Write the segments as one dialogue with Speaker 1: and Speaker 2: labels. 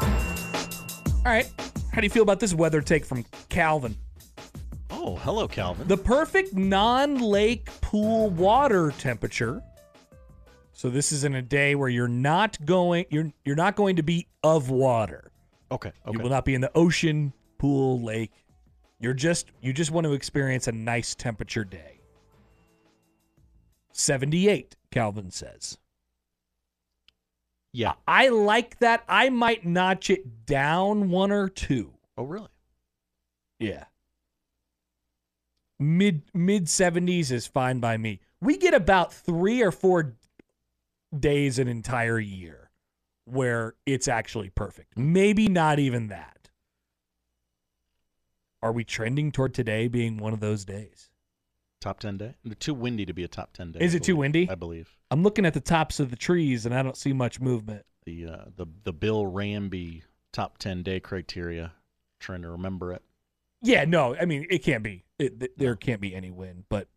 Speaker 1: All right. How do you feel about this weather take from Calvin?
Speaker 2: Oh, hello, Calvin.
Speaker 1: The perfect non lake pool water temperature. So this is in a day where you're not going you're you're not going to be of water.
Speaker 2: okay.
Speaker 1: You
Speaker 2: Okay.
Speaker 1: will not be in the ocean, pool, lake. You're just you just want to experience a nice temperature day. 78, Calvin says.
Speaker 2: yeah.
Speaker 1: I like that. I might notch it down one or two.
Speaker 2: Oh, really?
Speaker 1: Yeah. Mid mid seventies is fine by me. We get about three or four days an entire year where it's actually perfect. Maybe not even that. Are we trending toward today being one of those days?
Speaker 2: Top ten day? Too windy to be a top ten day.
Speaker 1: Is
Speaker 2: I
Speaker 1: it too
Speaker 2: believe-
Speaker 1: windy?
Speaker 2: I believe
Speaker 1: I'm looking at the tops of the trees and I don't see much movement.
Speaker 2: the uh, the the Bill Ramby top ten day criteria. Trying to remember it.
Speaker 1: Yeah, no, I mean it can't be. It, th- there can't be any wind. But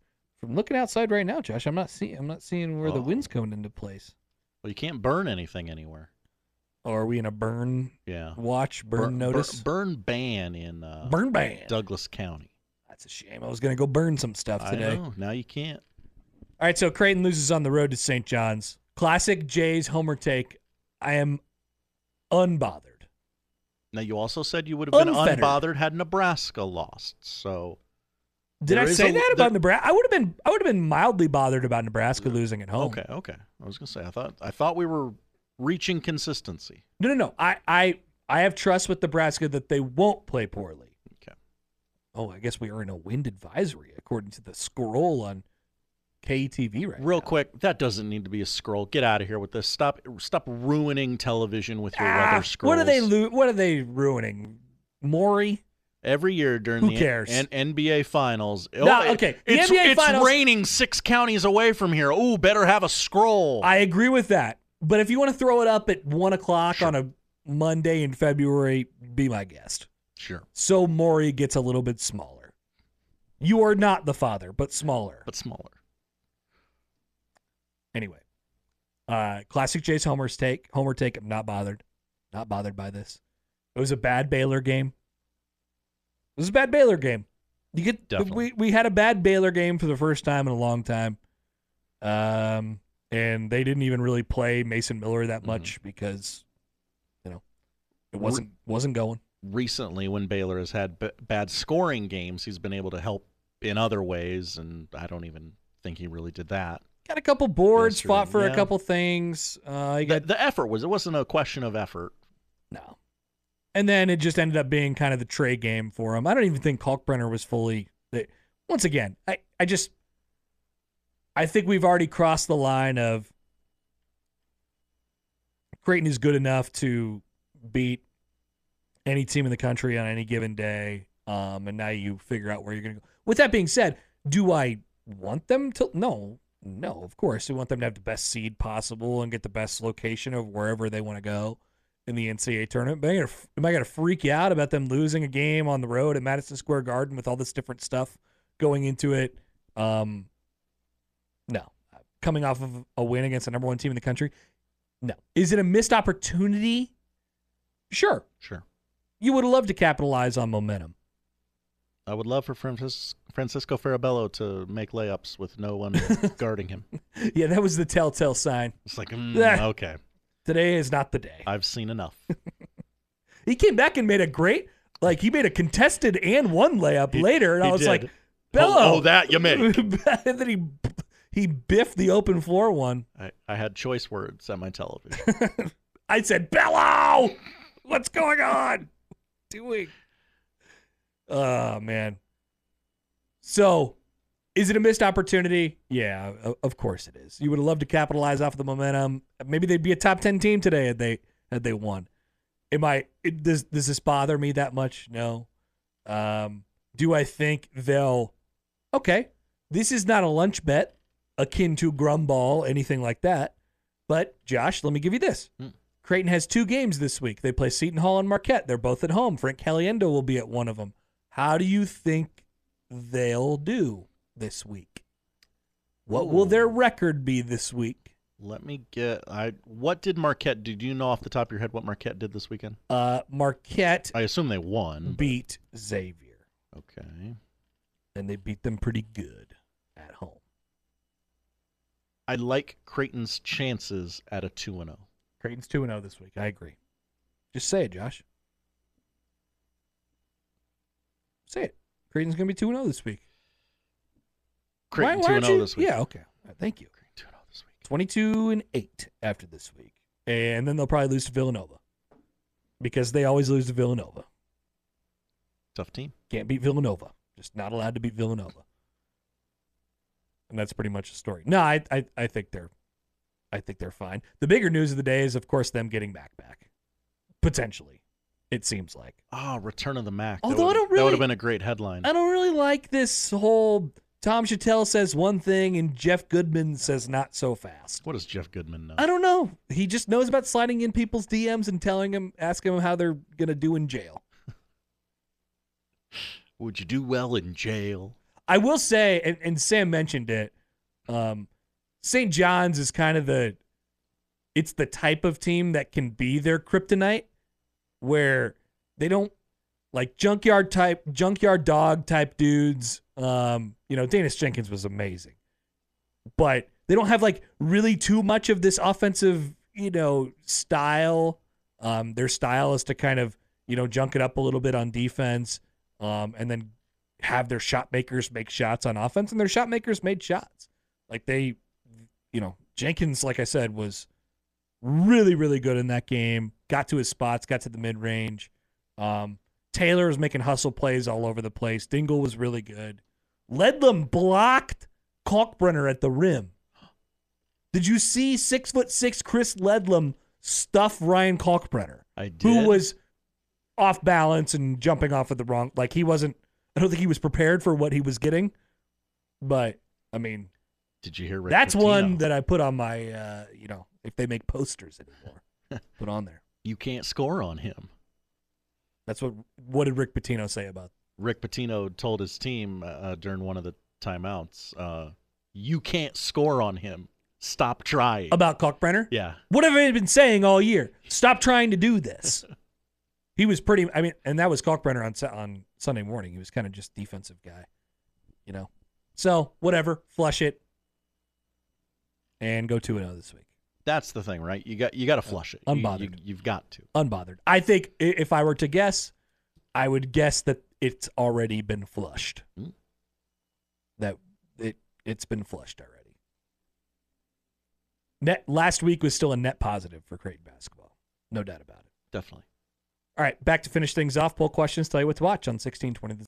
Speaker 1: from looking outside right now, Josh, I'm not seeing. I'm not seeing where the
Speaker 2: Oh.
Speaker 1: wind's coming into place.
Speaker 2: Well, you can't burn anything anywhere.
Speaker 1: Oh, are we in a burn
Speaker 2: Yeah.
Speaker 1: watch, burn,
Speaker 2: Bur- bur-
Speaker 1: notice,
Speaker 2: burn ban in uh,
Speaker 1: burn ban?
Speaker 2: Douglas County.
Speaker 1: That's a shame. I was gonna go burn some stuff
Speaker 2: I
Speaker 1: today.
Speaker 2: know. Now you can't.
Speaker 1: All right, so Creighton loses on the road to St. John's. Classic Jays homer take. I am unbothered.
Speaker 2: Now you also said you would have been
Speaker 1: Unfettered.
Speaker 2: unbothered had Nebraska lost. So
Speaker 1: Did
Speaker 2: There
Speaker 1: I
Speaker 2: is
Speaker 1: say
Speaker 2: a-
Speaker 1: that about
Speaker 2: there-
Speaker 1: Nebraska? I would have been. I would have been mildly bothered about Nebraska losing at home.
Speaker 2: okay, okay. I was gonna say I thought I thought we were reaching consistency.
Speaker 1: No, no, no. I, I, I have trust with Nebraska that they won't play poorly.
Speaker 2: Okay.
Speaker 1: Oh, I guess we are in a wind advisory according to the scroll on KTV right
Speaker 2: Real
Speaker 1: now.
Speaker 2: quick, that doesn't need to be a scroll. Get out of here with this. Stop stop ruining television with your
Speaker 1: Ah,
Speaker 2: weather scrolls.
Speaker 1: what are they? Lo- what are they ruining? Maury.
Speaker 2: Every year during
Speaker 1: Who
Speaker 2: the
Speaker 1: cares?
Speaker 2: N- NBA Finals. Oh,
Speaker 1: No,
Speaker 2: it-
Speaker 1: okay. The
Speaker 2: It's,
Speaker 1: NBA
Speaker 2: it's
Speaker 1: Finals-
Speaker 2: raining six counties away from here. Ooh, better have a scroll.
Speaker 1: I agree with that. But if you want to throw it up at one o'clock on a Monday in February, be my guest.
Speaker 2: sure,
Speaker 1: So Maury gets a little bit smaller. You are not the father, but smaller.
Speaker 2: but smaller.
Speaker 1: Anyway, uh, classic Jace Homer's take. Homer take. I'm not bothered. Not bothered by this. It was a bad Baylor game. It was a bad Baylor game. You get
Speaker 2: Definitely.
Speaker 1: we we had a bad Baylor game for the first time in a long time, um, and they didn't even really play Mason Miller
Speaker 2: Mm-hmm.
Speaker 1: that much because, you know, it wasn't wasn't going.
Speaker 2: Recently, when Baylor has had b- bad scoring games, he's been able to help in other ways, and I don't even think he really did that.
Speaker 1: Got a couple boards,
Speaker 2: Yesterday,
Speaker 1: fought for a
Speaker 2: yeah.
Speaker 1: couple things. Uh, you
Speaker 2: The,
Speaker 1: got
Speaker 2: the effort was it wasn't a question of effort.
Speaker 1: No. And then it just ended up being kind of the tray game for him. I don't even think Kalkbrenner was fully. They, once again, I, I just. I think we've already crossed the line of Creighton is good enough to beat any team in the country on any given day. Um, and now you figure out where you're going to go. With that being said, do I want them to? No, no, of course. We want them to have the best seed possible and get the best location of wherever they want to go in the NCAA tournament. But am I gonna- am I going to freak you out about them losing a game on the road at Madison Square Garden with all this different stuff going into it? Um, no. Coming off of a win against the number one team in the country? No. Is it a missed opportunity? Sure.
Speaker 2: Sure,
Speaker 1: You would have loved to capitalize on momentum.
Speaker 2: I would love for Francis, Francisco Farabello to make layups with no one guarding him.
Speaker 1: Yeah, that was the telltale sign.
Speaker 2: It's like, mm,
Speaker 1: Yeah.
Speaker 2: okay,
Speaker 1: Today is not the day.
Speaker 2: I've seen enough.
Speaker 1: He came back and made a great, like he made a contested and one layup
Speaker 2: He-
Speaker 1: later, and
Speaker 2: he
Speaker 1: I was
Speaker 2: did.
Speaker 1: like,
Speaker 2: Oh,
Speaker 1: Bello,
Speaker 2: oh, that you make.
Speaker 1: and then he he biffed the open floor one.
Speaker 2: I, I had choice words at my television.
Speaker 1: I said, Bello, what's going on? Doing. Oh man. So, Is it a missed opportunity? Yeah, o- of course it is. You would have loved to capitalize off of the momentum. Maybe they'd be a top ten team today had they had they won. Am I? It, does does this bother me that much? No. Um, do I think they'll? Okay, this is not a lunch bet akin to Grumball, anything like that. But Josh, let me give you this.
Speaker 2: Hmm.
Speaker 1: Creighton has two games this week. They play Seton Hall and Marquette. They're both at home. Frank Caliendo will be at one of them. How do you think they'll do this week? What will their
Speaker 2: Ooh.
Speaker 1: record be this week?
Speaker 2: Let me get. I what did Marquette? Did you know off the top of your head what Marquette did this weekend?
Speaker 1: Uh, Marquette
Speaker 2: I assume they won. but-
Speaker 1: beat Xavier,
Speaker 2: okay.
Speaker 1: and they beat them pretty good at home.
Speaker 2: I like Creighton's chances at a two and oh. zero.
Speaker 1: Creighton's 2 0 this week. I agree. Just say it, Josh. Say it. Creighton's going to be 2 0 this week. Why-
Speaker 2: Creighton
Speaker 1: why
Speaker 2: two
Speaker 1: aren't
Speaker 2: and zero
Speaker 1: you-
Speaker 2: this week.
Speaker 1: Yeah, okay. Uh, Thank you.
Speaker 2: Creighton two and zero this week.
Speaker 1: 22 and 8 after this week. And then they'll probably lose to Villanova because they always lose to Villanova.
Speaker 2: Tough team.
Speaker 1: Can't beat Villanova. Just not allowed to beat Villanova. And that's pretty much the story. No, I, I, I think they're I think they're fine. The bigger news of the day is of course them getting back back. Potentially. It seems like.
Speaker 2: Ah, return of the Mac. That
Speaker 1: Although I
Speaker 2: would-
Speaker 1: don't
Speaker 2: that would
Speaker 1: really-
Speaker 2: have been a great headline.
Speaker 1: I don't really like this whole Tom Chattel says one thing and Jeff Goodman says not so fast.
Speaker 2: What does Jeff Goodman know?
Speaker 1: I don't know. He just knows about sliding in people's DMs and telling them, asking them how they're gonna do in jail.
Speaker 2: Would you do well in jail?
Speaker 1: I will say, and, and Sam mentioned it. Um, St. John's is kind of the, it's the type of team that can be their kryptonite, where they don't like junkyard type, junkyard dog type dudes. Um, you know, Dennis Jenkins was amazing, but they don't have like really too much of this offensive, you know, style. Um, their style is to kind of you know junk it up a little bit on defense, um, and then have their shot makers make shots on offense, and their shot makers made shots. Like they, you know, Jenkins, like I said, was really, really good in that game. Got to his spots, got to the mid range. Um, Taylor was making hustle plays all over the place. Dingle was really good. Ledlam blocked Kalkbrenner at the rim. Did you see six foot six Chris Ledlam stuff Ryan Kalkbrenner?
Speaker 2: I did.
Speaker 1: who was off balance and jumping off at the wrong like he wasn't I don't think he was prepared for what he was getting. But I mean,
Speaker 2: Did you hear? Rick
Speaker 1: that's one
Speaker 2: Pitino?
Speaker 1: that I put on my uh, you know, if they make posters anymore. put on there.
Speaker 2: you can't score on him.
Speaker 1: That's what what did Rick Pitino say about
Speaker 2: Rick Pitino told his team uh, during one of the timeouts, uh, "You can't score on him. Stop trying."
Speaker 1: about Kalkbrenner?
Speaker 2: yeah,
Speaker 1: What have I been saying all year? Stop trying to do this. he was pretty. I mean, and that was Kalkbrenner on Su- on Sunday morning. He was kind of just defensive guy, you know. So whatever, flush it, and go two and zero this week,
Speaker 2: that's the thing, right? You got you got to flush it. You- You,
Speaker 1: unbothered.
Speaker 2: you, have got to.
Speaker 1: unbothered. I think i- if I were to guess, I would guess that it's already been flushed.
Speaker 2: Hmm.
Speaker 1: That it it's been flushed already. Net last week was still a net positive for Creighton basketball, no doubt about it.
Speaker 2: Definitely.
Speaker 1: All right, back to finish things off. Poll questions tell you what to watch on 1620. The-